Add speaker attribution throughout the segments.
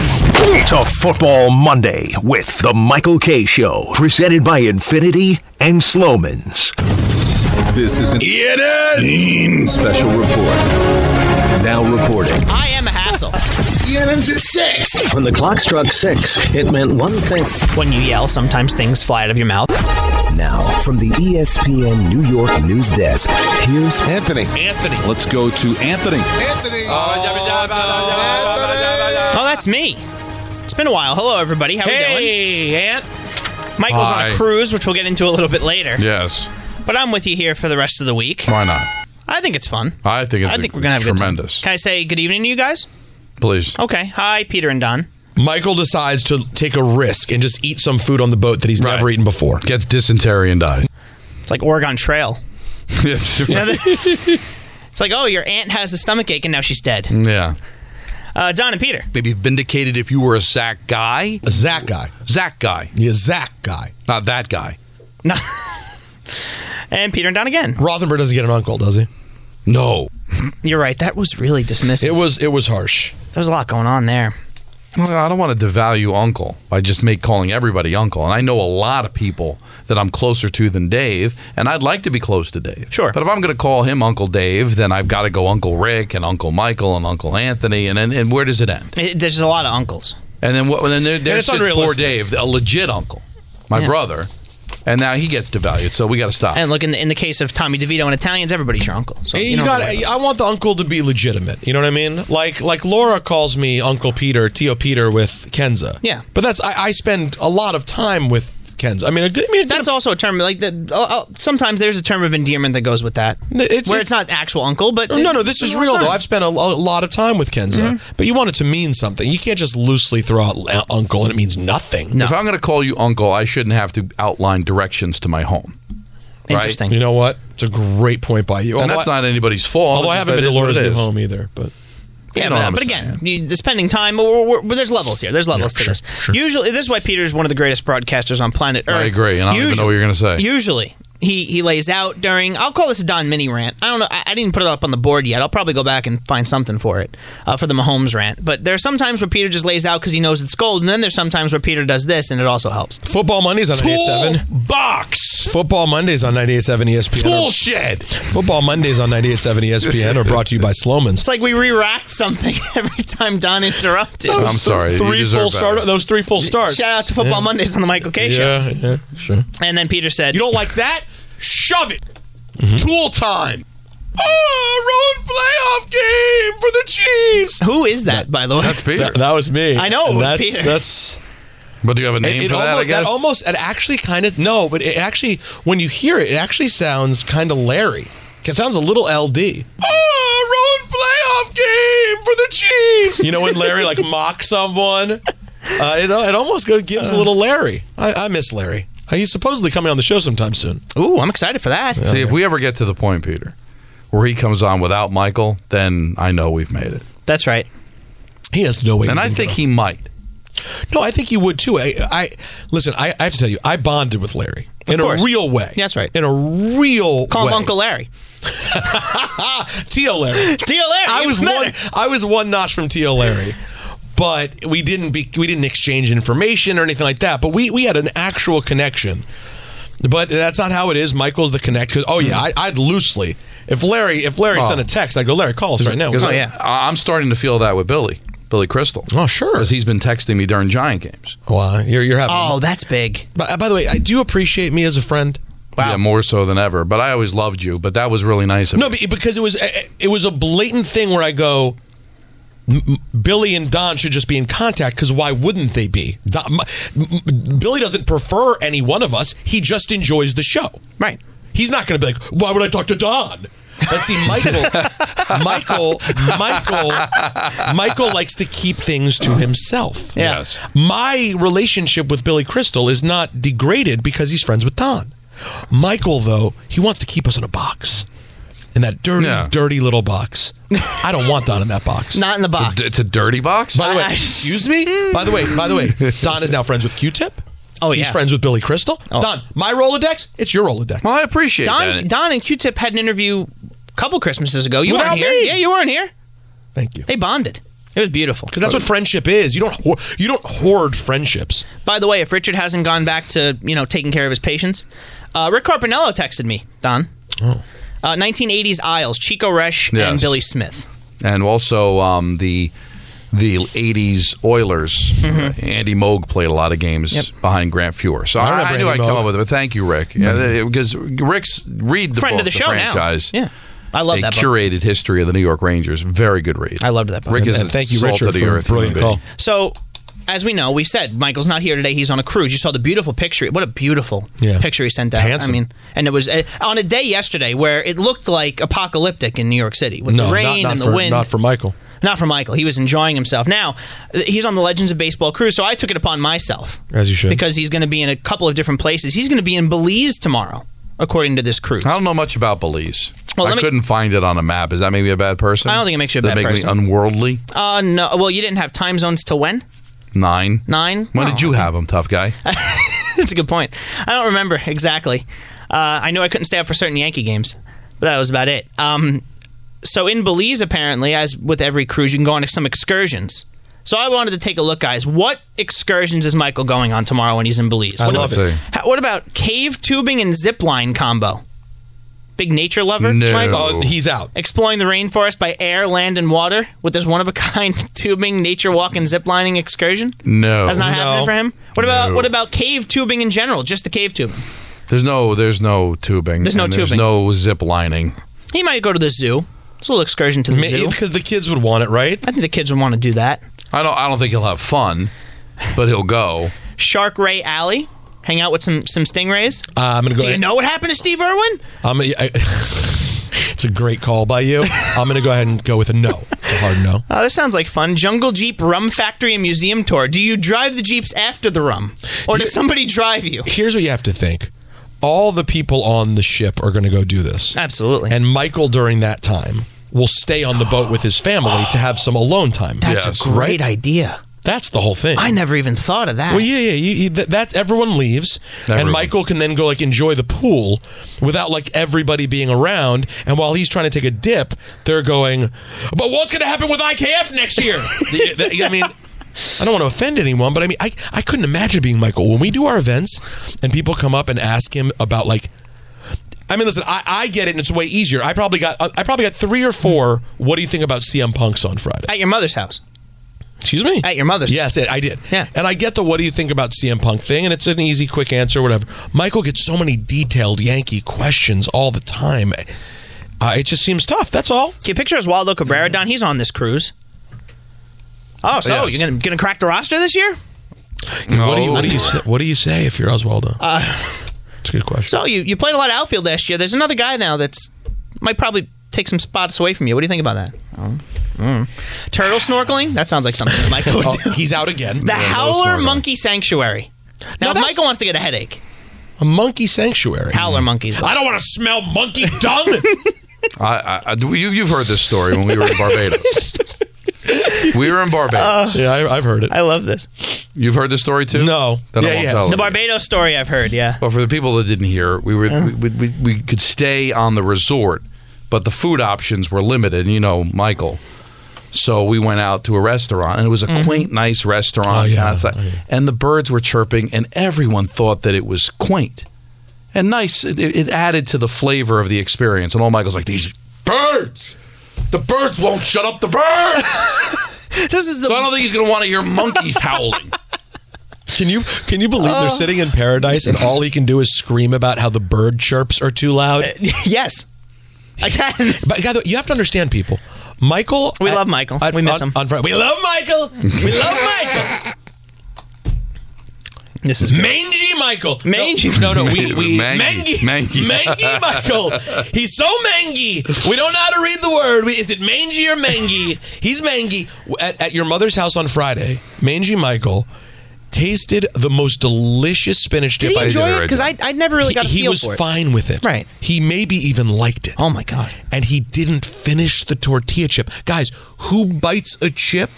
Speaker 1: highlights of Football Monday with The Michael K. Show, presented by Infinity and Slowman's.
Speaker 2: This is an ENN special report. Now reporting.
Speaker 3: I am a hassle.
Speaker 4: ENN's at six.
Speaker 5: When the clock struck six, it meant one thing.
Speaker 3: When you yell, sometimes things fly out of your mouth.
Speaker 6: Now, from the E ESPN New York news desk, here's
Speaker 4: Anthony.
Speaker 2: Anthony. Let's go to Anthony.
Speaker 4: Anthony.
Speaker 3: Oh, that's me. It's been a while. Hello, everybody. How we
Speaker 7: Hey, Ant.
Speaker 3: doing? Michael's on
Speaker 7: Hi.
Speaker 3: a cruise, which we'll get into a little bit later.
Speaker 7: Yes.
Speaker 3: But I'm with you here for the rest of the week.
Speaker 7: Why not?
Speaker 3: I think it's fun.
Speaker 7: I think it's,
Speaker 3: I think we're gonna have a good time. Oh.
Speaker 7: tremendous.
Speaker 3: Can I say good evening to you guys?
Speaker 7: Please.
Speaker 3: Okay. Hi, Peter and Don.
Speaker 8: Michael decides to take a risk and just eat some food on the boat that he's
Speaker 7: Right.
Speaker 8: never eaten before.
Speaker 7: Gets dysentery and dies.
Speaker 3: It's like Oregon Trail.
Speaker 7: Yes.
Speaker 3: It's like, oh, your aunt has a stomach ache and now she's dead.
Speaker 7: yeah.
Speaker 3: Uh, Don and Peter.
Speaker 7: Maybe vindicated if you were a Zach guy.
Speaker 8: A Zach guy.
Speaker 7: Zach guy,
Speaker 8: He a Zach guy.
Speaker 7: not that guy.
Speaker 3: No. and Peter and Don again.
Speaker 8: Rothenberg doesn't get an uncle, does he?
Speaker 7: No.
Speaker 3: You're right. That was really dismissive.
Speaker 8: It was it was harsh.
Speaker 3: There's a lot going on there.
Speaker 7: Well, I don't want to devalue uncle by just make calling everybody uncle. And I know a lot of people that I'm closer to than Dave, and I'd like to be close to Dave.
Speaker 3: Sure.
Speaker 7: But if I'm going to call him Uncle Dave, then I've got to go Uncle Rick and Uncle Michael and Uncle Anthony, and then and where does it end?
Speaker 3: It, there's a lot of uncles.
Speaker 7: And then what? And then there,
Speaker 8: And
Speaker 7: there's
Speaker 8: it's
Speaker 7: poor
Speaker 8: unrealistic.
Speaker 7: Dave, a legit uncle, my
Speaker 3: Yeah.
Speaker 7: brother, and now he gets devalued. So we got to stop.
Speaker 3: And look, in the, in the case of Tommy DeVito and Italians, everybody's your uncle. So
Speaker 8: You,
Speaker 3: you don't have
Speaker 8: got.
Speaker 3: to worry
Speaker 8: I want the uncle to be legitimate. You know what I mean? Like like Laura calls me Uncle Peter, Tio Peter with Kenza.
Speaker 3: Yeah.
Speaker 8: but that's I, I spend a lot of time with Kenza. I mean, a good, I mean, a good
Speaker 3: That's also a term like that. Uh, uh, sometimes there's a term of endearment that goes with that,
Speaker 8: it's-
Speaker 3: where it's, not actual uncle, but
Speaker 8: No, no, this is real though. I've spent a, lo- a lot of time with Kenza,
Speaker 7: Mm-hmm.
Speaker 8: but you want it to mean something. You can't just loosely throw out l- uncle and it means nothing.
Speaker 7: If I'm going to call you uncle, I shouldn't have to outline directions to my home.
Speaker 3: interesting.
Speaker 8: You know what? It's a great point by you.
Speaker 7: And
Speaker 8: Although
Speaker 7: that's
Speaker 8: I-
Speaker 7: not anybody's fault.
Speaker 8: although I
Speaker 7: It's just
Speaker 8: haven't been to
Speaker 7: that is what
Speaker 8: Laura's
Speaker 7: it
Speaker 8: new
Speaker 7: is.
Speaker 8: home either, but
Speaker 3: Yeah, but,
Speaker 7: know
Speaker 3: uh,
Speaker 7: what I'm
Speaker 3: but again, you, the spending time. We're, we're, we there's levels here. There's levels to this. Usually, this is why Peter's one of the greatest broadcasters on planet Earth.
Speaker 7: I agree, and I don't even know what you're gonna say.
Speaker 3: Usually, he he lays out during. I'll call this a Don mini rant. I don't know. I, I didn't put it up on the board yet. I'll probably go back and find something for it uh, for the Mahomes rant. But there are some times where Peter just lays out because he knows it's gold, and then there's some times where Peter does this, and it also helps.
Speaker 8: Football Mondays on 98.7.
Speaker 7: Box
Speaker 8: Football Mondays on 98.7 ESPN.
Speaker 7: bullshit.
Speaker 8: Football Mondays on 98.7 ESPN are brought to you by Sloman's.
Speaker 3: It's like we re-racked something every time Don interrupted.
Speaker 7: I'm sorry. you
Speaker 8: Three
Speaker 7: deserve
Speaker 8: full
Speaker 7: better.
Speaker 8: start. Those three full starts.
Speaker 3: Shout out to Football Mondays on the Michael K show.
Speaker 8: Yeah, yeah, sure.
Speaker 3: And then Peter said,
Speaker 7: You don't like that? Shove it. Tool time.
Speaker 8: Oh, road playoff game for the Chiefs.
Speaker 3: "Who is that, by the way?"
Speaker 7: That's Peter.
Speaker 8: That, that was me.
Speaker 3: I know,
Speaker 8: And that's
Speaker 3: Peter.
Speaker 8: that's
Speaker 7: but do you have a name
Speaker 8: it, it
Speaker 7: for that? I
Speaker 8: almost,
Speaker 7: guess.
Speaker 8: that almost it actually kind of no, but it actually when you hear it, it actually sounds kind of Larry. It sounds a little LD. Oh, road playoff game for the Chiefs. You know when Larry like mocks someone, uh, it it almost go- gives a little Larry. I, I miss Larry. Uh, He's supposedly coming on the show sometime soon.
Speaker 3: Ooh, I'm excited for that.
Speaker 7: See, if we ever get to the point, Peter, where he comes on without Michael, then I know we've made it.
Speaker 3: That's right.
Speaker 8: He has no way.
Speaker 7: And
Speaker 8: he
Speaker 7: I
Speaker 8: can
Speaker 7: think
Speaker 8: go.
Speaker 7: he might.
Speaker 8: no, I think he would too. I, I listen. I, I have to tell you, I bonded with Larry in
Speaker 3: course.
Speaker 8: a real way.
Speaker 3: That's right.
Speaker 8: In a real
Speaker 3: Call
Speaker 8: way.
Speaker 3: him Uncle Larry.
Speaker 8: Tio Larry.
Speaker 3: Deal Larry.
Speaker 8: I was
Speaker 3: even
Speaker 8: one.
Speaker 3: better.
Speaker 8: I was one notch from T.O. Larry, but we didn't be, we didn't exchange information or anything like that. But we we had an actual connection. But that's not how it is. Michael's the connect. 'cause- oh yeah, I, I'd loosely if Larry if Larry sent a text, I'd go Larry call us right now.
Speaker 7: Because
Speaker 3: Oh,
Speaker 7: I-
Speaker 3: yeah.
Speaker 7: I, I'm starting to feel that with Billy, Billy Crystal.
Speaker 8: Oh, sure.
Speaker 7: Because he's been texting me during Giant games.
Speaker 8: Wow, you're you're having.
Speaker 3: Oh, that's big.
Speaker 8: By, by the way, I do appreciate me as a friend.
Speaker 3: Wow.
Speaker 7: Yeah, more so than ever. But I always loved you. But that was really nice. Of
Speaker 8: No,
Speaker 7: you.
Speaker 8: be- because it was eh, it was a blatant thing where I go. "M- M- Billy and Don should just be in contact because why wouldn't they be? Don, M- M- Billy doesn't prefer any one of us. He just enjoys the show.
Speaker 3: Right.
Speaker 8: He's not going to be like, why would I talk to Don? Let's see, Michael, Michael, Michael, Michael likes to keep things to himself.
Speaker 3: Yeah.
Speaker 7: Yes.
Speaker 8: My relationship with Billy Crystal is not degraded because he's friends with Don. Michael, though, he wants to keep us in a box. In that dirty,
Speaker 7: Yeah.
Speaker 8: dirty little box. I don't want Don in that box.
Speaker 3: Not in the box.
Speaker 7: D- it's a dirty box.
Speaker 8: by the way,
Speaker 3: I-
Speaker 8: excuse me? By the way, by the way, Don is now friends with Q Tip.
Speaker 3: Oh,
Speaker 8: He's
Speaker 3: yeah. Oh.
Speaker 8: friends with Billy Crystal. Don, my Rolodex, it's your Rolodex.
Speaker 7: well, I appreciate
Speaker 3: Don
Speaker 7: that.
Speaker 3: Don and Q-Tip had an interview a couple Christmases ago. You
Speaker 8: Without
Speaker 3: weren't here.
Speaker 8: me.
Speaker 3: Yeah, you weren't here.
Speaker 8: Thank you.
Speaker 3: They bonded. It was beautiful.
Speaker 8: Because that's what friendship is. You don't hoard, you don't hoard friendships.
Speaker 3: By the way, if Richard hasn't gone back to you know taking care of his patients, uh, Rick Carpinello texted me. Don. Oh. Uh, 1980s Isles, Chico Resch and
Speaker 7: Yes.
Speaker 3: Billy Smith.
Speaker 7: and also um, the the '80s Oilers. Andy Moog played a lot of games
Speaker 3: Mm-hmm. Yep.
Speaker 7: behind Grant Fuhr, so
Speaker 8: I
Speaker 7: I, I,
Speaker 8: remember
Speaker 7: knew
Speaker 8: Andy
Speaker 7: I'd come
Speaker 8: Moog.
Speaker 7: up with it. But thank you, Rick, Yeah, because Rick's read the
Speaker 3: Friend
Speaker 7: book,
Speaker 3: of the show now.
Speaker 7: franchise.
Speaker 3: Yeah. I love
Speaker 7: a
Speaker 3: that book.
Speaker 7: curated history of the New York Rangers. Very good read.
Speaker 3: I loved that book.
Speaker 7: Rick is
Speaker 8: And thank you,
Speaker 7: salt
Speaker 8: Richard,
Speaker 7: of the
Speaker 8: for a
Speaker 7: earth
Speaker 8: brilliant
Speaker 7: human being.
Speaker 8: call.
Speaker 3: So, as we know, we said Michael's not here today. He's on a cruise. You saw the beautiful picture. What a beautiful
Speaker 8: Yeah.
Speaker 3: picture he sent out.
Speaker 8: Handsome.
Speaker 3: I mean, and it was uh, on a day yesterday where it looked like apocalyptic in New York City with the rain
Speaker 8: not
Speaker 3: and the
Speaker 8: for,
Speaker 3: wind.
Speaker 8: Not for Michael.
Speaker 3: Not for Michael. He was enjoying himself. Now, th- he's on the Legends of Baseball cruise, so I took it upon myself.
Speaker 8: As you should.
Speaker 3: Because he's going to be in a couple of different places. He's going to be in Belize tomorrow, according to this cruise.
Speaker 7: I don't know much about Belize.
Speaker 3: Well,
Speaker 7: I
Speaker 3: let me-
Speaker 7: couldn't find it on a map. Is that maybe a bad person?
Speaker 3: I don't think it makes you a
Speaker 7: Does
Speaker 3: bad
Speaker 7: that make
Speaker 3: person.
Speaker 7: me unworldly.
Speaker 3: Uh, no. Well, you didn't have time zones till when?
Speaker 7: Nine.
Speaker 3: Nine?
Speaker 7: When
Speaker 3: No.
Speaker 7: did you have him, tough guy?
Speaker 3: That's a good point. I don't remember exactly. Uh, I know I couldn't stay up for certain Yankee games, but that was about it. Um, so in Belize, apparently, as with every cruise, you can go on some excursions. So I wanted to take a look, guys. What excursions is Michael going on tomorrow when he's in Belize? What
Speaker 8: love
Speaker 3: about,
Speaker 7: it.
Speaker 3: Ha- What about cave tubing and zip line combo? Big nature lover,
Speaker 7: No.
Speaker 3: Michael.
Speaker 8: Oh, he's out.
Speaker 3: Exploring the rainforest by air, land, and water with this one of a kind tubing, nature walk, and zip lining excursion.
Speaker 7: No.
Speaker 3: That's not happening
Speaker 8: No.
Speaker 3: for him. What about
Speaker 7: No.
Speaker 3: what about cave tubing in general? Just the cave tubing.
Speaker 7: There's no there's no tubing.
Speaker 3: There's no
Speaker 7: and
Speaker 3: tubing.
Speaker 7: There's no zip lining.
Speaker 3: He might go to the zoo. It's a little excursion to the zoo.
Speaker 8: Because the kids would want it, right?
Speaker 3: I think the kids would want to do that.
Speaker 7: I don't I don't think he'll have fun, but he'll go.
Speaker 3: Shark Ray Alley. Hang out with some some stingrays.
Speaker 8: Uh, I'm gonna go.
Speaker 3: Do you know what happened to Steve Irwin?
Speaker 8: I'm, I, it's a great call by you. I'm gonna go ahead and go with a no, a hard no.
Speaker 3: Oh, this sounds like fun. Jungle Jeep Rum Factory and Museum Tour. Do you drive the Jeeps after the rum? Or does somebody drive you?
Speaker 8: Here's what you have to think: all the people on the ship are gonna go do this.
Speaker 3: Absolutely.
Speaker 8: And Michael, during that time, will stay on the boat with his family to have some alone time.
Speaker 3: That's
Speaker 7: Yes.
Speaker 3: a great
Speaker 8: Right?
Speaker 3: idea.
Speaker 8: That's the whole thing.
Speaker 3: I never even thought of that.
Speaker 8: Well, yeah, yeah. You, you, that, that's everyone leaves, and
Speaker 7: Everyone.
Speaker 8: Michael can then go like enjoy the pool without like everybody being around. And while he's trying to take a dip, they're going, "But what's going to happen with IKF next year?" The- the- I mean. I don't want to offend anyone, but I mean, I, I couldn't imagine being Michael. When we do our events and people come up and ask him about like, I mean, listen, I, I get it, and it's way easier. I probably got uh, I probably got three or four. What do you think about CM Punk's on Friday?
Speaker 3: At your mother's house.
Speaker 8: Excuse me.
Speaker 3: At your mother's.
Speaker 8: Yes, it, I did.
Speaker 3: Yeah.
Speaker 8: And I get the what do you think about CM Punk thing, and it's an easy, quick answer, whatever. Michael gets so many detailed Yankee questions all the time. Uh, it just seems tough. That's all.
Speaker 3: Can you picture Oswaldo Cabrera, Don? He's on this cruise. Oh, so
Speaker 7: yes.
Speaker 3: you're gonna gonna crack the roster this year?
Speaker 8: What do you What do you
Speaker 3: Oh.
Speaker 8: say, What do you say if you're Oswaldo? Uh, it's a good question.
Speaker 3: So you, you played a lot of outfield last year. There's another guy now that's might probably take some spots away from you. What do you think about that? Oh. Mm. Turtle snorkeling? That sounds like something that Michael would do.
Speaker 8: Oh, he's out again.
Speaker 3: The Howler
Speaker 7: snorkeling.
Speaker 3: Monkey Sanctuary. Now,
Speaker 8: Now
Speaker 3: if
Speaker 8: that's-
Speaker 3: Michael wants to get a headache.
Speaker 8: a monkey sanctuary.
Speaker 3: Howler monkeys.
Speaker 8: I don't want to smell monkey dung.
Speaker 7: I, I, I do- you, you've heard this story when we were in Barbados. we were in Barbados.
Speaker 8: yeah, I, I've heard it.
Speaker 3: I love this.
Speaker 7: you've heard this story too?
Speaker 8: No.
Speaker 7: Then
Speaker 8: Yeah,
Speaker 7: I won't
Speaker 8: yeah.
Speaker 7: tell
Speaker 8: The
Speaker 7: it.
Speaker 3: The Barbados story I've heard, yeah.
Speaker 7: But for the people that didn't hear, we were we, we, we could stay on the resort, but the food options were limited. You know, Michael. So we went out to a restaurant, and it was a quaint, nice restaurant.
Speaker 8: Mm-hmm. Oh, yeah.
Speaker 7: outside.
Speaker 8: Oh, yeah.
Speaker 7: And the birds were chirping, and everyone thought that it was quaint and nice. It, it it added to the flavor of the experience. And all Michael's like, "These birds, the birds won't shut up the birds."
Speaker 3: This is the
Speaker 7: so I don't think he's going to want to hear monkeys howling.
Speaker 8: Can you Can you believe
Speaker 3: Uh.
Speaker 8: they're sitting in paradise and all he can do is scream about how the bird chirps are too loud?
Speaker 3: Uh, Yes. I can.
Speaker 8: But by the way, you have to understand people. Michael,
Speaker 3: We love Michael. We miss
Speaker 8: on,
Speaker 3: him.
Speaker 8: on Friday. We love Michael. We love Michael.
Speaker 3: This is
Speaker 8: Mangy Michael. No,
Speaker 3: Mangy.
Speaker 8: No, no. We we mangy
Speaker 7: Mangy.
Speaker 8: mangy,
Speaker 7: Mangy.
Speaker 8: Michael. He's so mangy. We don't know how to read the word. We, is it mangy or mangy? He's mangy. At, at your mother's house on Friday, mangy Michael tasted the most delicious spinach dip
Speaker 3: Did he
Speaker 8: I-
Speaker 3: enjoy
Speaker 7: either,
Speaker 3: it? Because
Speaker 7: I
Speaker 3: I, I never really
Speaker 8: He,
Speaker 3: got a
Speaker 8: he
Speaker 3: feel
Speaker 8: was
Speaker 3: for it.
Speaker 8: fine with it.
Speaker 3: Right.
Speaker 8: He maybe even liked it.
Speaker 3: Oh, my God.
Speaker 8: and he didn't finish the tortilla chip. Guys, who bites a chip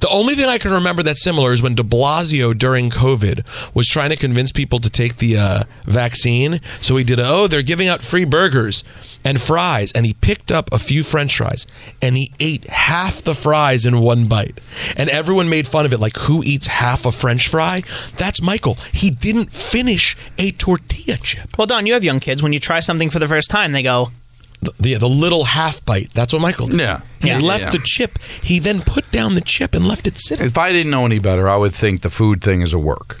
Speaker 8: The only thing I can remember that's similar is when De Blasio during COVID was trying to convince people to take the uh, vaccine. So he did, oh, they're giving out free burgers and fries, and he picked up a few French fries and he ate half the fries in one bite, and everyone made fun of it, like who eats half a French fry? That's Michael. He didn't finish a tortilla chip.
Speaker 3: Well, Don, you have young kids. When you try something for the first time, they go,
Speaker 8: The, yeah, the little half bite. That's what Michael did.
Speaker 7: Yeah.
Speaker 8: He
Speaker 7: Yeah.
Speaker 8: left
Speaker 7: Yeah.
Speaker 8: the chip. He then put down the chip and left it sitting.
Speaker 7: If I didn't know any better, I would think the food thing is a work.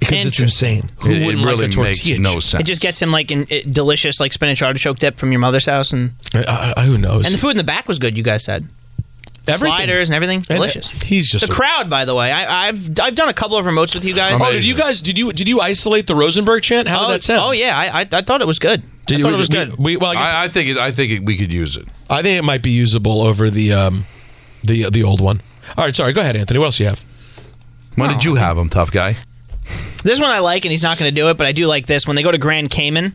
Speaker 8: Because it's
Speaker 3: Interesting.
Speaker 8: insane. Who
Speaker 7: it, it
Speaker 8: wouldn't
Speaker 7: really
Speaker 8: like a
Speaker 7: makes
Speaker 8: tortilla
Speaker 7: no
Speaker 8: chip?
Speaker 7: sense.
Speaker 3: it just gets him like an, it, delicious like spinach artichoke dip from your mother's house, and
Speaker 8: Uh, uh, who knows?
Speaker 3: and the food in the back was good. You guys said
Speaker 8: Everything.
Speaker 3: sliders and everything,
Speaker 8: And, uh,
Speaker 3: delicious.
Speaker 8: he's just
Speaker 3: the
Speaker 8: a-
Speaker 3: crowd, by the way. I, I've I've done a couple of remotes with you guys.
Speaker 8: Oh, did you guys? Did you did you isolate the Rosenberg chant? How
Speaker 3: Oh,
Speaker 8: did that sound?
Speaker 3: oh, yeah, I, I I thought it was good. I
Speaker 8: Did
Speaker 3: thought
Speaker 8: we-
Speaker 3: it was
Speaker 8: we-
Speaker 3: good.
Speaker 8: We, well, I, guess,
Speaker 7: I, I think it, I think it, we could use it.
Speaker 8: I, think it might be usable over the um, the the old one. All right, sorry. Go ahead, Anthony. What else do you have?
Speaker 7: When
Speaker 8: Oh.
Speaker 7: did you have them, tough guy?
Speaker 3: This one I like, and he's not going to do it, but I do like this. When they go to Grand Cayman,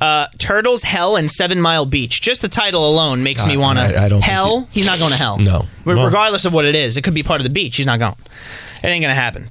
Speaker 3: uh, Turtles, Hell, and Seven Mile Beach. Just the title alone makes me
Speaker 8: I-
Speaker 3: want
Speaker 8: I- I
Speaker 3: to.
Speaker 8: don't think
Speaker 3: Hell?
Speaker 8: you-
Speaker 3: he's not going to hell.
Speaker 8: No.
Speaker 3: Re-
Speaker 8: No.
Speaker 3: Regardless of what it is, it could be part of the beach. He's not going. It ain't going to happen.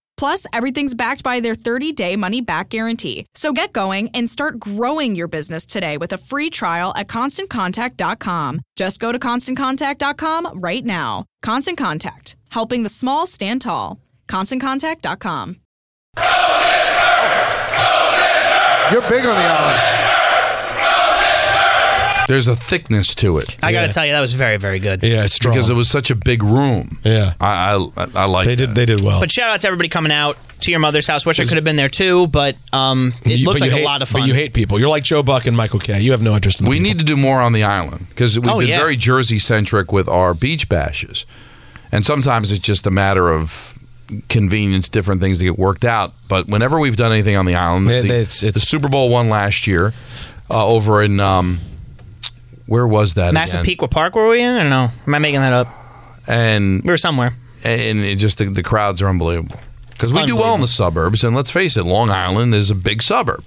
Speaker 9: Plus, everything's backed by their 30 day money back guarantee. So get going and start growing your business today with a free trial at constantcontact.com. Just go to constantcontact.com right now. Constant Contact, helping the small stand tall. ConstantContact.com.
Speaker 4: You're big on the island.
Speaker 7: There's a thickness to it
Speaker 3: I got
Speaker 8: Yeah.
Speaker 3: to tell you, that was very, very good.
Speaker 8: Yeah, it's strong.
Speaker 7: because it was such a big room.
Speaker 8: Yeah.
Speaker 7: I I, I like.
Speaker 8: they did
Speaker 7: that.
Speaker 8: they did well.
Speaker 3: But shout out to everybody coming out to your mother's house. Wish I could have been there too, but um, it
Speaker 8: You-
Speaker 3: looked
Speaker 8: but you
Speaker 3: like
Speaker 8: hate-
Speaker 3: a lot of fun.
Speaker 8: But you hate people. You're like Joe Buck and Michael K. You have no interest in. the
Speaker 7: We
Speaker 8: people.
Speaker 7: need to do more on the island because we've
Speaker 3: Oh,
Speaker 7: been
Speaker 3: yeah.
Speaker 7: very Jersey centric with our beach bashes, and sometimes it's just a matter of convenience, different things that get worked out. But whenever we've done anything on the island,
Speaker 8: Yeah,
Speaker 7: the,
Speaker 8: it's- it's-
Speaker 7: the Super Bowl one last year uh, over in um, where was that? again?
Speaker 3: Massapequa Park, were we in? I don't know. Am I making that up?
Speaker 7: and
Speaker 3: We were somewhere.
Speaker 7: and it just the, the crowds are unbelievable because we do well in
Speaker 3: Unbelievable.
Speaker 7: the suburbs, and let's face it, Long Island is a big suburb.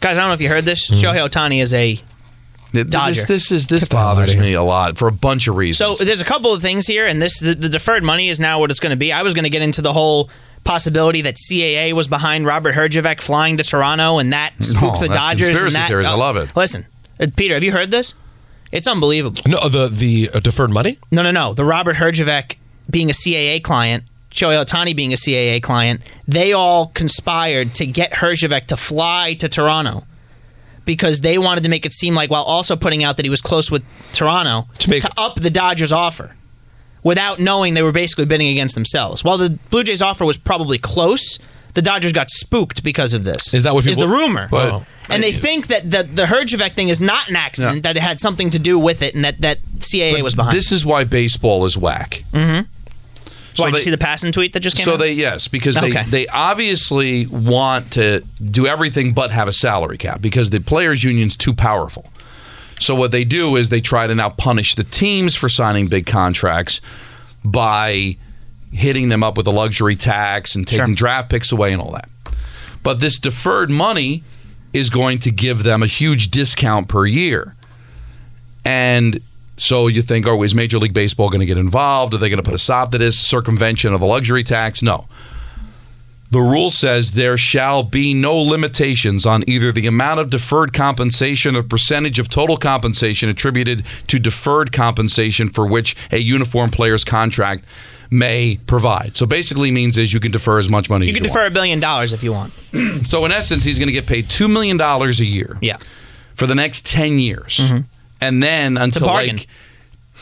Speaker 3: Guys, I don't know if you heard
Speaker 8: Hmm.
Speaker 3: this. Shohei Otani is a
Speaker 7: Th-
Speaker 3: Dodger.
Speaker 7: This, this is this
Speaker 8: Get the hell outta
Speaker 7: bothers
Speaker 8: here.
Speaker 7: me a lot for a bunch of reasons.
Speaker 3: So there's a couple of things here, and this the, the deferred money is now what it's going to be. I was going to get into the whole possibility that CAA was behind Robert Herjavec flying to Toronto, and that spooked
Speaker 7: No,
Speaker 3: the
Speaker 7: Oh, that's
Speaker 3: Dodgers.
Speaker 7: conspiracy
Speaker 3: and that,
Speaker 7: theories. I
Speaker 3: uh,
Speaker 7: love it.
Speaker 3: Listen, uh, Peter, have you heard this? It's unbelievable.
Speaker 8: No, the the uh, deferred money.
Speaker 3: No, no, no. The Robert Herjavec being a CAA client, Shohei Otani being a CAA client, they all conspired to get Herjavec to fly to Toronto because they wanted to make it seem like, while also putting out that he was close with Toronto,
Speaker 8: To make-
Speaker 3: up the Dodgers' offer without knowing they were basically bidding against themselves. While the Blue Jays' offer was probably close, the Dodgers got spooked because of this.
Speaker 8: Is that what
Speaker 3: is
Speaker 8: people-
Speaker 3: the rumor?
Speaker 8: But- Oh.
Speaker 3: and they think that the the Herjavec thing is not an accident;
Speaker 7: No.
Speaker 3: that it had something to do with it, and that that CAA was behind.
Speaker 7: This is why baseball is whack.
Speaker 3: Why, did
Speaker 7: they-
Speaker 3: you see the passing tweet that just came
Speaker 7: So
Speaker 3: out?
Speaker 7: they yes, because they
Speaker 3: Okay.
Speaker 7: they obviously want to do everything but have a salary cap because the players union's too powerful. So what they do is they try to now punish the teams for signing big contracts by hitting them up with a luxury tax and taking
Speaker 3: Sure.
Speaker 7: draft picks away and all that. But this deferred money is going to give them a huge discount per year. And so you think, oh, is Major League Baseball going to get involved? Are they going to put a stop to this circumvention of the luxury tax? No. The rule says there shall be no limitations on either the amount of deferred compensation or percentage of total compensation attributed to deferred compensation for which a uniform player's contract may provide. So basically means is you can defer as much money
Speaker 3: You
Speaker 7: as
Speaker 3: could
Speaker 7: you
Speaker 3: defer a billion dollars if you want.
Speaker 7: want. So in essence, he's going to get paid $2 million a year
Speaker 3: Yeah. Mm-hmm.
Speaker 7: for the next 10 years. And then until
Speaker 3: bargain.
Speaker 7: like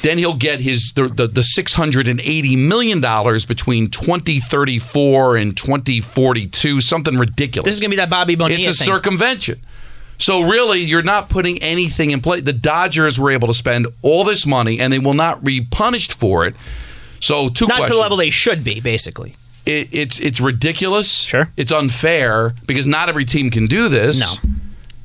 Speaker 7: then he'll get his the, the the 680 million dollars between 2034 and 2042, something ridiculous.
Speaker 3: This is going to be that Bobby Bonilla
Speaker 7: It's a
Speaker 3: thing.
Speaker 7: circumvention. So really, you're not putting anything in play. The Dodgers were able to spend all this money, and they will not be punished for it. So two
Speaker 3: Not to
Speaker 7: questions.
Speaker 3: the level they should be, basically.
Speaker 7: It, it's it's ridiculous.
Speaker 3: Sure.
Speaker 7: it's unfair because not every team can do this.
Speaker 3: No.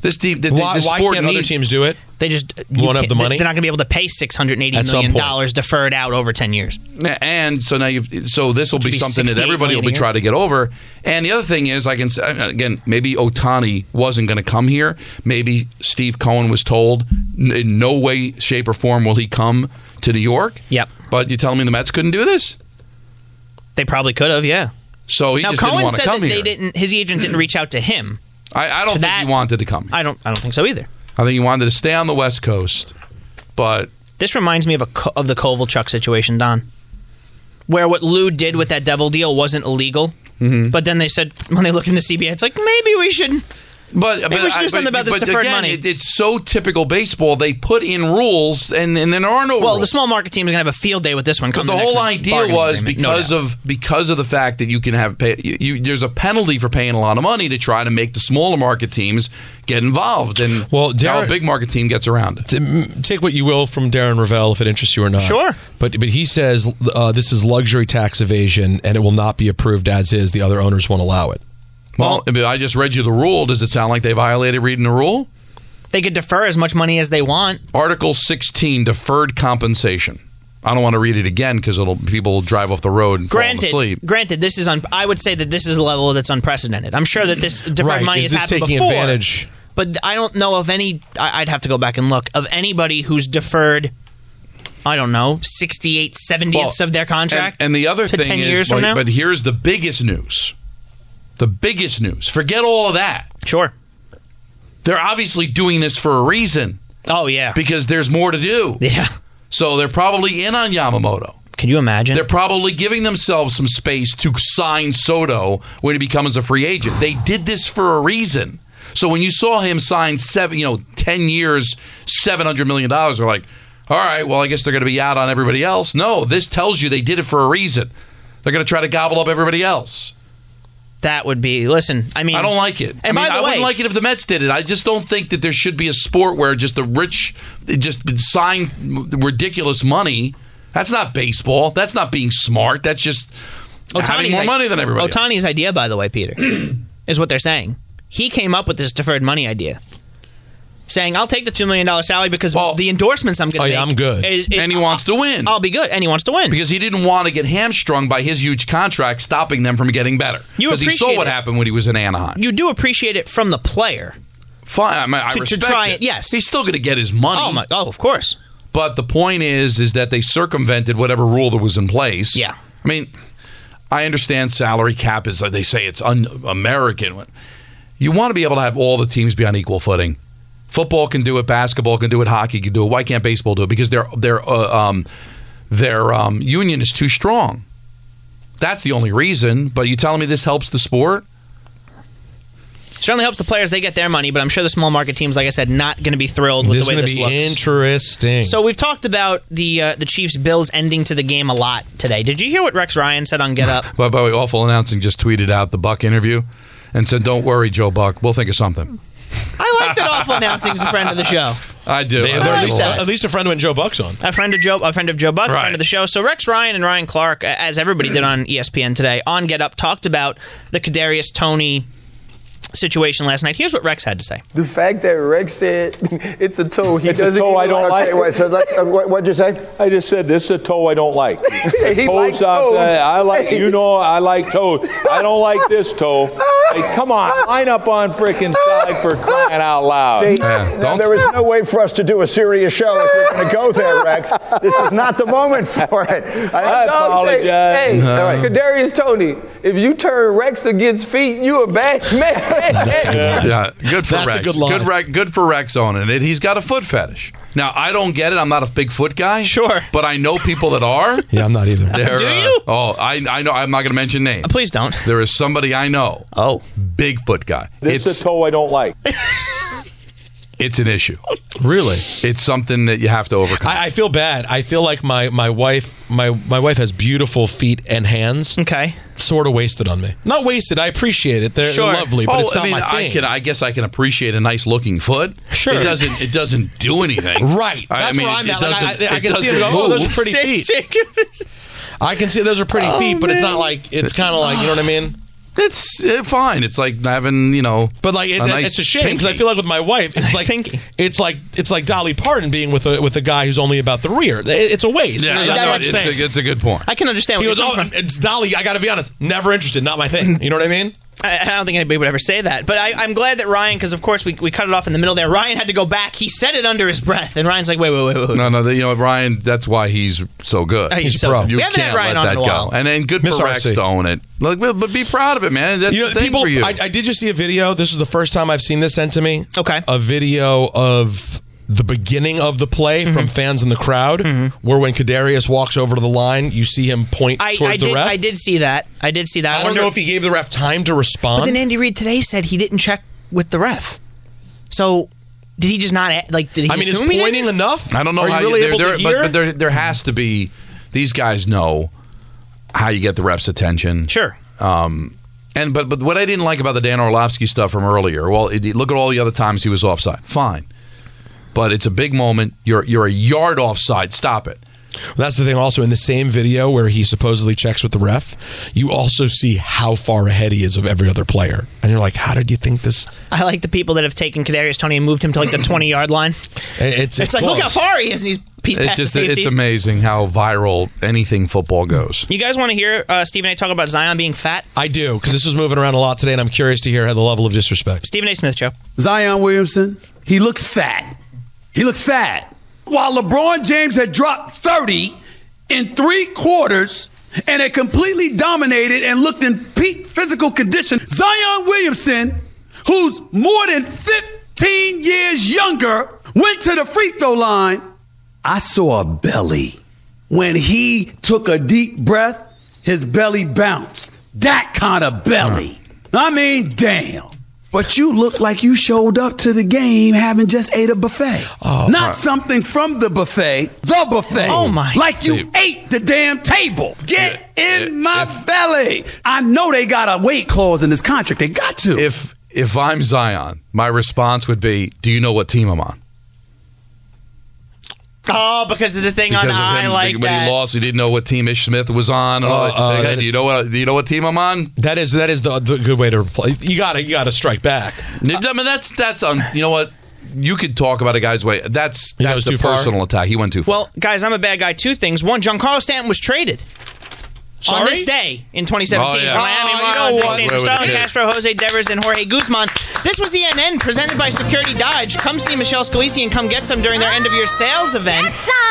Speaker 7: this team. th-
Speaker 8: Why,
Speaker 7: this
Speaker 8: why
Speaker 7: sport
Speaker 8: can't other
Speaker 7: needs-
Speaker 8: teams do it?
Speaker 3: They just uh,
Speaker 8: You won't have
Speaker 3: can't-
Speaker 8: the money?
Speaker 3: They're not going to be able to pay six hundred eighty
Speaker 8: At some
Speaker 3: million
Speaker 8: point.
Speaker 3: dollars deferred out over ten years.
Speaker 7: And so now you've so this will be,
Speaker 3: be
Speaker 7: something that
Speaker 3: 68
Speaker 7: everybody will
Speaker 3: million
Speaker 7: be
Speaker 3: a year.
Speaker 7: trying to get over. And the other thing is, I can say again, maybe Otani wasn't going to come here. Maybe Steve Cohen was told n- in no way, shape, or form will he come to New York.
Speaker 3: Yep.
Speaker 7: But you're telling me the Mets couldn't do this,
Speaker 3: They probably could have, yeah.
Speaker 7: so he
Speaker 3: now
Speaker 7: just didn't
Speaker 3: Cohen
Speaker 7: want to
Speaker 3: said
Speaker 7: come
Speaker 3: that
Speaker 7: here.
Speaker 3: they didn't. His agent didn't reach out to him.
Speaker 7: I, I don't think
Speaker 3: that-
Speaker 7: he wanted to come. Here.
Speaker 3: I don't. I don't think so either.
Speaker 7: I think he wanted to stay on the West Coast, but
Speaker 3: This reminds me of a Co- of the Kovalchuk situation, Don, where what Lou did with that devil deal wasn't illegal.
Speaker 7: Mm-hmm.
Speaker 3: But then they said when they looked in the CBA, it's like maybe we shouldn't.
Speaker 7: But but,
Speaker 3: we should
Speaker 7: I-
Speaker 3: do
Speaker 7: but-
Speaker 3: something about this
Speaker 7: but
Speaker 3: deferred
Speaker 7: again,
Speaker 3: money.
Speaker 7: It, it's so typical baseball. They put in rules, and, and then there are no.
Speaker 3: Well, the
Speaker 7: rules.
Speaker 3: small market team is going to have a field day with this one.
Speaker 7: But
Speaker 3: Come
Speaker 7: the,
Speaker 3: next
Speaker 7: whole
Speaker 3: one.
Speaker 7: idea
Speaker 3: Bargaining
Speaker 7: was
Speaker 3: agreement, no
Speaker 7: because
Speaker 3: doubt.
Speaker 7: of because of the fact that you can have pay, you, you, there's a penalty for paying a lot of money to try to make the smaller market teams get involved, and
Speaker 8: Well,
Speaker 7: how a
Speaker 8: Darren-
Speaker 7: big market team gets around it.
Speaker 8: T- m- Take what you will from Darren Ravel if it interests you or not.
Speaker 3: Sure.
Speaker 8: But but he says uh, this is luxury tax evasion and it will not be approved as is. The other owners won't allow it.
Speaker 7: Well, I mean, I just read you the rule. Does it sound like they violated reading the rule?
Speaker 3: they could defer as much money as they want.
Speaker 7: Article 16, deferred compensation. I don't want to read it again because it'll people will drive off the road and fall
Speaker 3: Granted,
Speaker 7: asleep.
Speaker 3: granted, this is un- I would say that this is a level that's unprecedented. I'm sure that this deferred
Speaker 8: Right.
Speaker 3: money
Speaker 8: Is
Speaker 3: has
Speaker 8: this
Speaker 3: happened
Speaker 8: taking
Speaker 3: before.
Speaker 8: advantage?
Speaker 3: But I don't know of any. I- I'd have to go back and look of anybody who's deferred. I don't know, 68, 70ths
Speaker 7: Well,
Speaker 3: of their contract.
Speaker 7: And, and the other
Speaker 3: to
Speaker 7: thing
Speaker 3: ten
Speaker 7: is,
Speaker 3: years
Speaker 7: but,
Speaker 3: from now.
Speaker 7: but here's the biggest news. The biggest news. Forget all of that.
Speaker 3: sure.
Speaker 7: They're obviously doing this for a reason
Speaker 3: Oh yeah.
Speaker 7: because there's more to do.
Speaker 3: yeah.
Speaker 7: So they're probably in on Yamamoto.
Speaker 3: Can you imagine?
Speaker 7: They're probably giving themselves some space to sign Soto when he becomes a free agent. They did this for a reason. So when you saw him sign seven, you know, ten years, seven hundred million dollars, they're like, all right, well, I guess they're going to be out on everybody else. No, this tells you they did it for a reason. They're going to try to gobble up everybody else.
Speaker 3: that would be. Listen, I mean,
Speaker 7: I don't like it. I
Speaker 3: And by the
Speaker 7: I
Speaker 3: way-
Speaker 7: wouldn't like it if the Mets did it. I just don't think that there should be a sport where just the rich just sign ridiculous money. That's not baseball. That's not being smart. That's just having more
Speaker 3: i-
Speaker 7: money than everybody. else.
Speaker 3: Otani's idea, by the way, Peter, is what they're saying. He came up with this deferred money idea, saying, "I'll take the two million dollar salary because
Speaker 7: Well-
Speaker 3: the endorsements I'm going to
Speaker 8: Oh,
Speaker 3: make.
Speaker 8: yeah, I'm good.
Speaker 3: is- is-
Speaker 7: And he wants to win.
Speaker 3: I'll be good, and he wants to win.
Speaker 7: because he didn't want to get hamstrung by his huge contract, stopping them from getting better.
Speaker 3: You
Speaker 7: Because he saw
Speaker 3: appreciate
Speaker 7: what
Speaker 3: it.
Speaker 7: happened when he was in Anaheim.
Speaker 3: you do appreciate it from the player.
Speaker 7: Fine, I, mean, I
Speaker 3: To- to
Speaker 7: respect
Speaker 3: try
Speaker 7: it.
Speaker 3: it, yes.
Speaker 7: he's still going to get his money.
Speaker 3: Oh my! Oh, of course.
Speaker 7: But the point is, is that they circumvented whatever rule that was in place.
Speaker 3: Yeah.
Speaker 7: I mean, I understand salary cap is they say it's un-American. You want to be able to have all the teams be on equal footing. Football can do it. Basketball can do it. Hockey can do it. Why can't baseball do it? Because their their uh, um, their um, union is too strong. That's the only reason. But you telling me this helps the sport?
Speaker 3: Certainly helps the players; they get their money, but I'm sure the small market teams, like I said, not going to be thrilled with
Speaker 8: this
Speaker 3: the way
Speaker 8: going to
Speaker 3: this
Speaker 8: be
Speaker 3: looks.
Speaker 8: interesting.
Speaker 3: so we've talked about the uh, the Chiefs Bills ending to the game a lot today. Did you hear what Rex Ryan said on Get Up?
Speaker 7: By, by the way, awful announcing just tweeted out the Buck interview and said, "Don't worry, Joe Buck. We'll think of something."
Speaker 3: I like that awful announcing's a friend of the show.
Speaker 7: I do.
Speaker 8: They-
Speaker 7: I
Speaker 8: they're
Speaker 7: do
Speaker 8: at, least,
Speaker 7: a lot.
Speaker 8: at least a friend when Joe Buck's on.
Speaker 3: a friend of Joe, a friend of Joe Buck, a
Speaker 7: Right.
Speaker 3: friend of the show. So Rex Ryan and Ryan Clark, a- as everybody did on E ESPN today on Get Up, talked about the Kadarius Tony situation last night. Here's what Rex had to say.
Speaker 10: The fact that Rex said it's a toe, he
Speaker 11: It's a
Speaker 10: doesn't.
Speaker 11: toe
Speaker 10: even-
Speaker 11: I don't
Speaker 10: okay,
Speaker 11: like.
Speaker 10: Wait, so let's, uh, what, what'd you say?
Speaker 11: I just said this is a toe I don't like.
Speaker 10: He
Speaker 11: Toes
Speaker 10: likes
Speaker 11: off-
Speaker 10: toes.
Speaker 11: I like you know I like toes. I don't like this toe. Hey, come on, line up on frickin' side for crying out loud.
Speaker 10: See,
Speaker 7: Yeah,
Speaker 10: now
Speaker 7: don't-
Speaker 10: there is no way for us to do a serious show if you're going to go there, Rex. This is not the moment for it.
Speaker 11: I
Speaker 10: no, say-
Speaker 11: apologize.
Speaker 10: Hey, all right, Kadarius Tony, if you turn Rex against feet, you a bad man.
Speaker 8: That's a good line.
Speaker 7: Yeah, good
Speaker 8: That's
Speaker 7: for
Speaker 8: a
Speaker 7: Rex.
Speaker 8: good line.
Speaker 7: Rex. Good for Rex owning it. He's got a foot fetish. Now I don't get it. I'm not a big foot guy. Sure, but I know people that are.
Speaker 8: Yeah, I'm not either.
Speaker 7: They're, uh, oh, I I know. I'm not going to mention names.
Speaker 3: please don't.
Speaker 7: There is somebody I know.
Speaker 3: Oh,
Speaker 7: big foot guy.
Speaker 11: This
Speaker 7: it's
Speaker 11: is a toe I don't like.
Speaker 7: it's an issue.
Speaker 8: Really?
Speaker 7: It's something that you have to overcome.
Speaker 8: I, I feel bad. I feel like my my wife my my wife has beautiful feet and hands.
Speaker 3: Okay.
Speaker 8: Sort of wasted on me. Not wasted. I appreciate it. They're, they're lovely, but
Speaker 7: Oh,
Speaker 8: it's not
Speaker 7: I mean,
Speaker 8: my thing.
Speaker 7: I can. I guess I can appreciate a nice looking foot.
Speaker 8: Sure.
Speaker 7: It doesn't. It doesn't do anything.
Speaker 8: Right.
Speaker 7: I
Speaker 8: That's
Speaker 7: mean,
Speaker 8: where I'm
Speaker 7: it
Speaker 8: at. Like, I,
Speaker 7: doesn't-
Speaker 8: I, I can see it.
Speaker 7: doesn't
Speaker 8: and go, Oh, those
Speaker 7: move.
Speaker 8: are pretty feet. I can see those are pretty
Speaker 7: Oh,
Speaker 8: feet, but it's
Speaker 7: man.
Speaker 8: not like it's kind of like you know what I mean.
Speaker 7: It's uh, fine. It's like having you know.
Speaker 8: But like it,
Speaker 7: a nice
Speaker 8: it's a shame because I
Speaker 7: pinky.
Speaker 8: feel like with my wife, it's like it's like it's like Dolly Parton being with a with a guy who's only about the rear. It- It's a waste.
Speaker 7: Yeah,
Speaker 8: You know,
Speaker 7: no,
Speaker 8: that's what I'm
Speaker 7: it's,
Speaker 8: saying.
Speaker 7: a, it's a good point.
Speaker 3: I can understand.
Speaker 8: He
Speaker 3: where
Speaker 8: goes,
Speaker 3: you're
Speaker 8: "Oh,
Speaker 3: coming
Speaker 8: it's Dolly. I got to be honest. Never interested. Not my thing. You know what I mean?
Speaker 3: I, I don't think anybody would ever say that. But I, I'm glad that Ryan, because of course we, we cut it off in the middle there. Ryan had to go back. He said it under his breath, and Ryan's like, wait, wait, wait, wait. wait.
Speaker 7: No, no, the, you know Ryan. That's why he's so good.
Speaker 3: Oh, he's He's so pro. good.
Speaker 7: You
Speaker 3: We haven't had
Speaker 7: can't
Speaker 3: Ryan
Speaker 7: let
Speaker 3: on
Speaker 7: that
Speaker 3: in a while.
Speaker 7: go. And then good
Speaker 8: Miss
Speaker 7: for Rex
Speaker 8: RC.
Speaker 7: to own it. Like, well, but be proud of it, man. That's
Speaker 8: you know,
Speaker 7: the thing
Speaker 8: people.
Speaker 7: for you.
Speaker 8: I, I did just see a video. This is the first time I've seen this sent to me.
Speaker 3: Okay.
Speaker 8: A video of the beginning of the play
Speaker 3: Mm-hmm.
Speaker 8: from fans in the crowd, where when Kadarius walks over to the line, you see him point
Speaker 3: I,
Speaker 8: towards
Speaker 3: I
Speaker 8: the
Speaker 3: did.
Speaker 8: ref.
Speaker 3: I did see that. I did see that.
Speaker 8: I don't
Speaker 3: wonder
Speaker 8: know if he gave the ref time
Speaker 3: But
Speaker 8: to
Speaker 3: then
Speaker 8: respond.
Speaker 3: Andy Reid today said he didn't check with the ref. So did he just not a- like? Did he?
Speaker 8: I mean, is
Speaker 3: assume he
Speaker 8: pointing
Speaker 3: didn't?
Speaker 8: enough?
Speaker 7: I don't know
Speaker 8: Are
Speaker 7: how
Speaker 8: you really
Speaker 7: there-
Speaker 8: able
Speaker 7: there,
Speaker 8: to
Speaker 7: but,
Speaker 8: hear?
Speaker 7: but there, there has to be. These guys know how you get the ref's attention.
Speaker 3: Sure.
Speaker 7: Um, and but but what I didn't like about the Dan Orlovsky stuff from earlier. Well, it, look at all the other times he was offside. Fine, but it's a big moment. You're you're a yard offside. Stop it.
Speaker 8: That's the thing. Also, in the same video where he supposedly checks with the ref, you also see how far ahead he is of every other player, and you're like, "How did you think this?"
Speaker 3: I like the people that have taken Kadarius Tony and moved him to like the 20 yard line.
Speaker 8: It's
Speaker 3: It's, like look how
Speaker 8: close.
Speaker 3: far he is, and he's he's
Speaker 7: It's
Speaker 3: past
Speaker 7: just
Speaker 3: the
Speaker 7: it's
Speaker 3: safeties.
Speaker 7: amazing how viral anything football goes.
Speaker 3: You guys want to hear uh, Steve and I talk about Zion being fat?
Speaker 8: I do because this was moving around a lot today, and I'm curious to hear how the level of disrespect.
Speaker 3: Stephen A. Smith show.
Speaker 12: Zion Williamson, he looks fat. He looks fat. While LeBron James had dropped 30 in three quarters and had completely dominated and looked in peak physical condition, Zion Williamson, who's more than 15 years younger, went to the free throw line. I saw a belly. When he took a deep breath, his belly bounced. That kind of belly. I mean, damn. But you look like you showed up to the game having just ate a buffet.
Speaker 2: Oh,
Speaker 12: Not something from the buffet, the buffet.
Speaker 3: Oh, my.
Speaker 12: Like you ate the damn table. Get in my belly. I know they got a weight clause in this contract. They got to.
Speaker 7: if if I'm Zion, my response would be, "Do you know what team I'm on?"
Speaker 3: Oh, because of the thing on I like
Speaker 7: when
Speaker 3: that.
Speaker 7: he lost, he didn't know what team Ish Smith was on. And all
Speaker 8: Uh,
Speaker 7: that.
Speaker 8: uh,
Speaker 7: Hey, do you know what? Do you know what team I'm on?
Speaker 8: That is that is the, the good way to reply. You gotta you gotta strike back.
Speaker 7: I mean, that's that's on. You know what? You could talk about a guy's way. That's
Speaker 8: He
Speaker 7: that's
Speaker 8: goes
Speaker 7: a
Speaker 8: too far?
Speaker 7: personal attack. He went too far.
Speaker 3: well, guys, I'm a bad guy. Two things. One, Giancarlo Stanton was traded. On
Speaker 8: Sorry?
Speaker 3: this day in 2017,
Speaker 7: Oh, yeah.
Speaker 3: from Miami
Speaker 8: Oh, you know
Speaker 3: Marlins,
Speaker 8: what?
Speaker 3: Alexander
Speaker 7: Wait, wait,
Speaker 3: Starling
Speaker 7: wait.
Speaker 3: Castro, Jose Devers, and Jorge Guzman. This was ENN presented by Security Dodge. Come see Michelle Scalisi and come get some during their end of year sales event.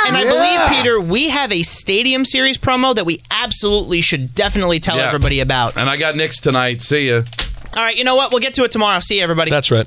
Speaker 3: And I believe, Peter, we have a Stadium Series promo that we absolutely should definitely tell
Speaker 7: Yeah.
Speaker 3: everybody about.
Speaker 7: and I got Knicks tonight. See ya.
Speaker 3: All right, you know what? We'll get to it tomorrow. See you, everybody.
Speaker 8: That's right.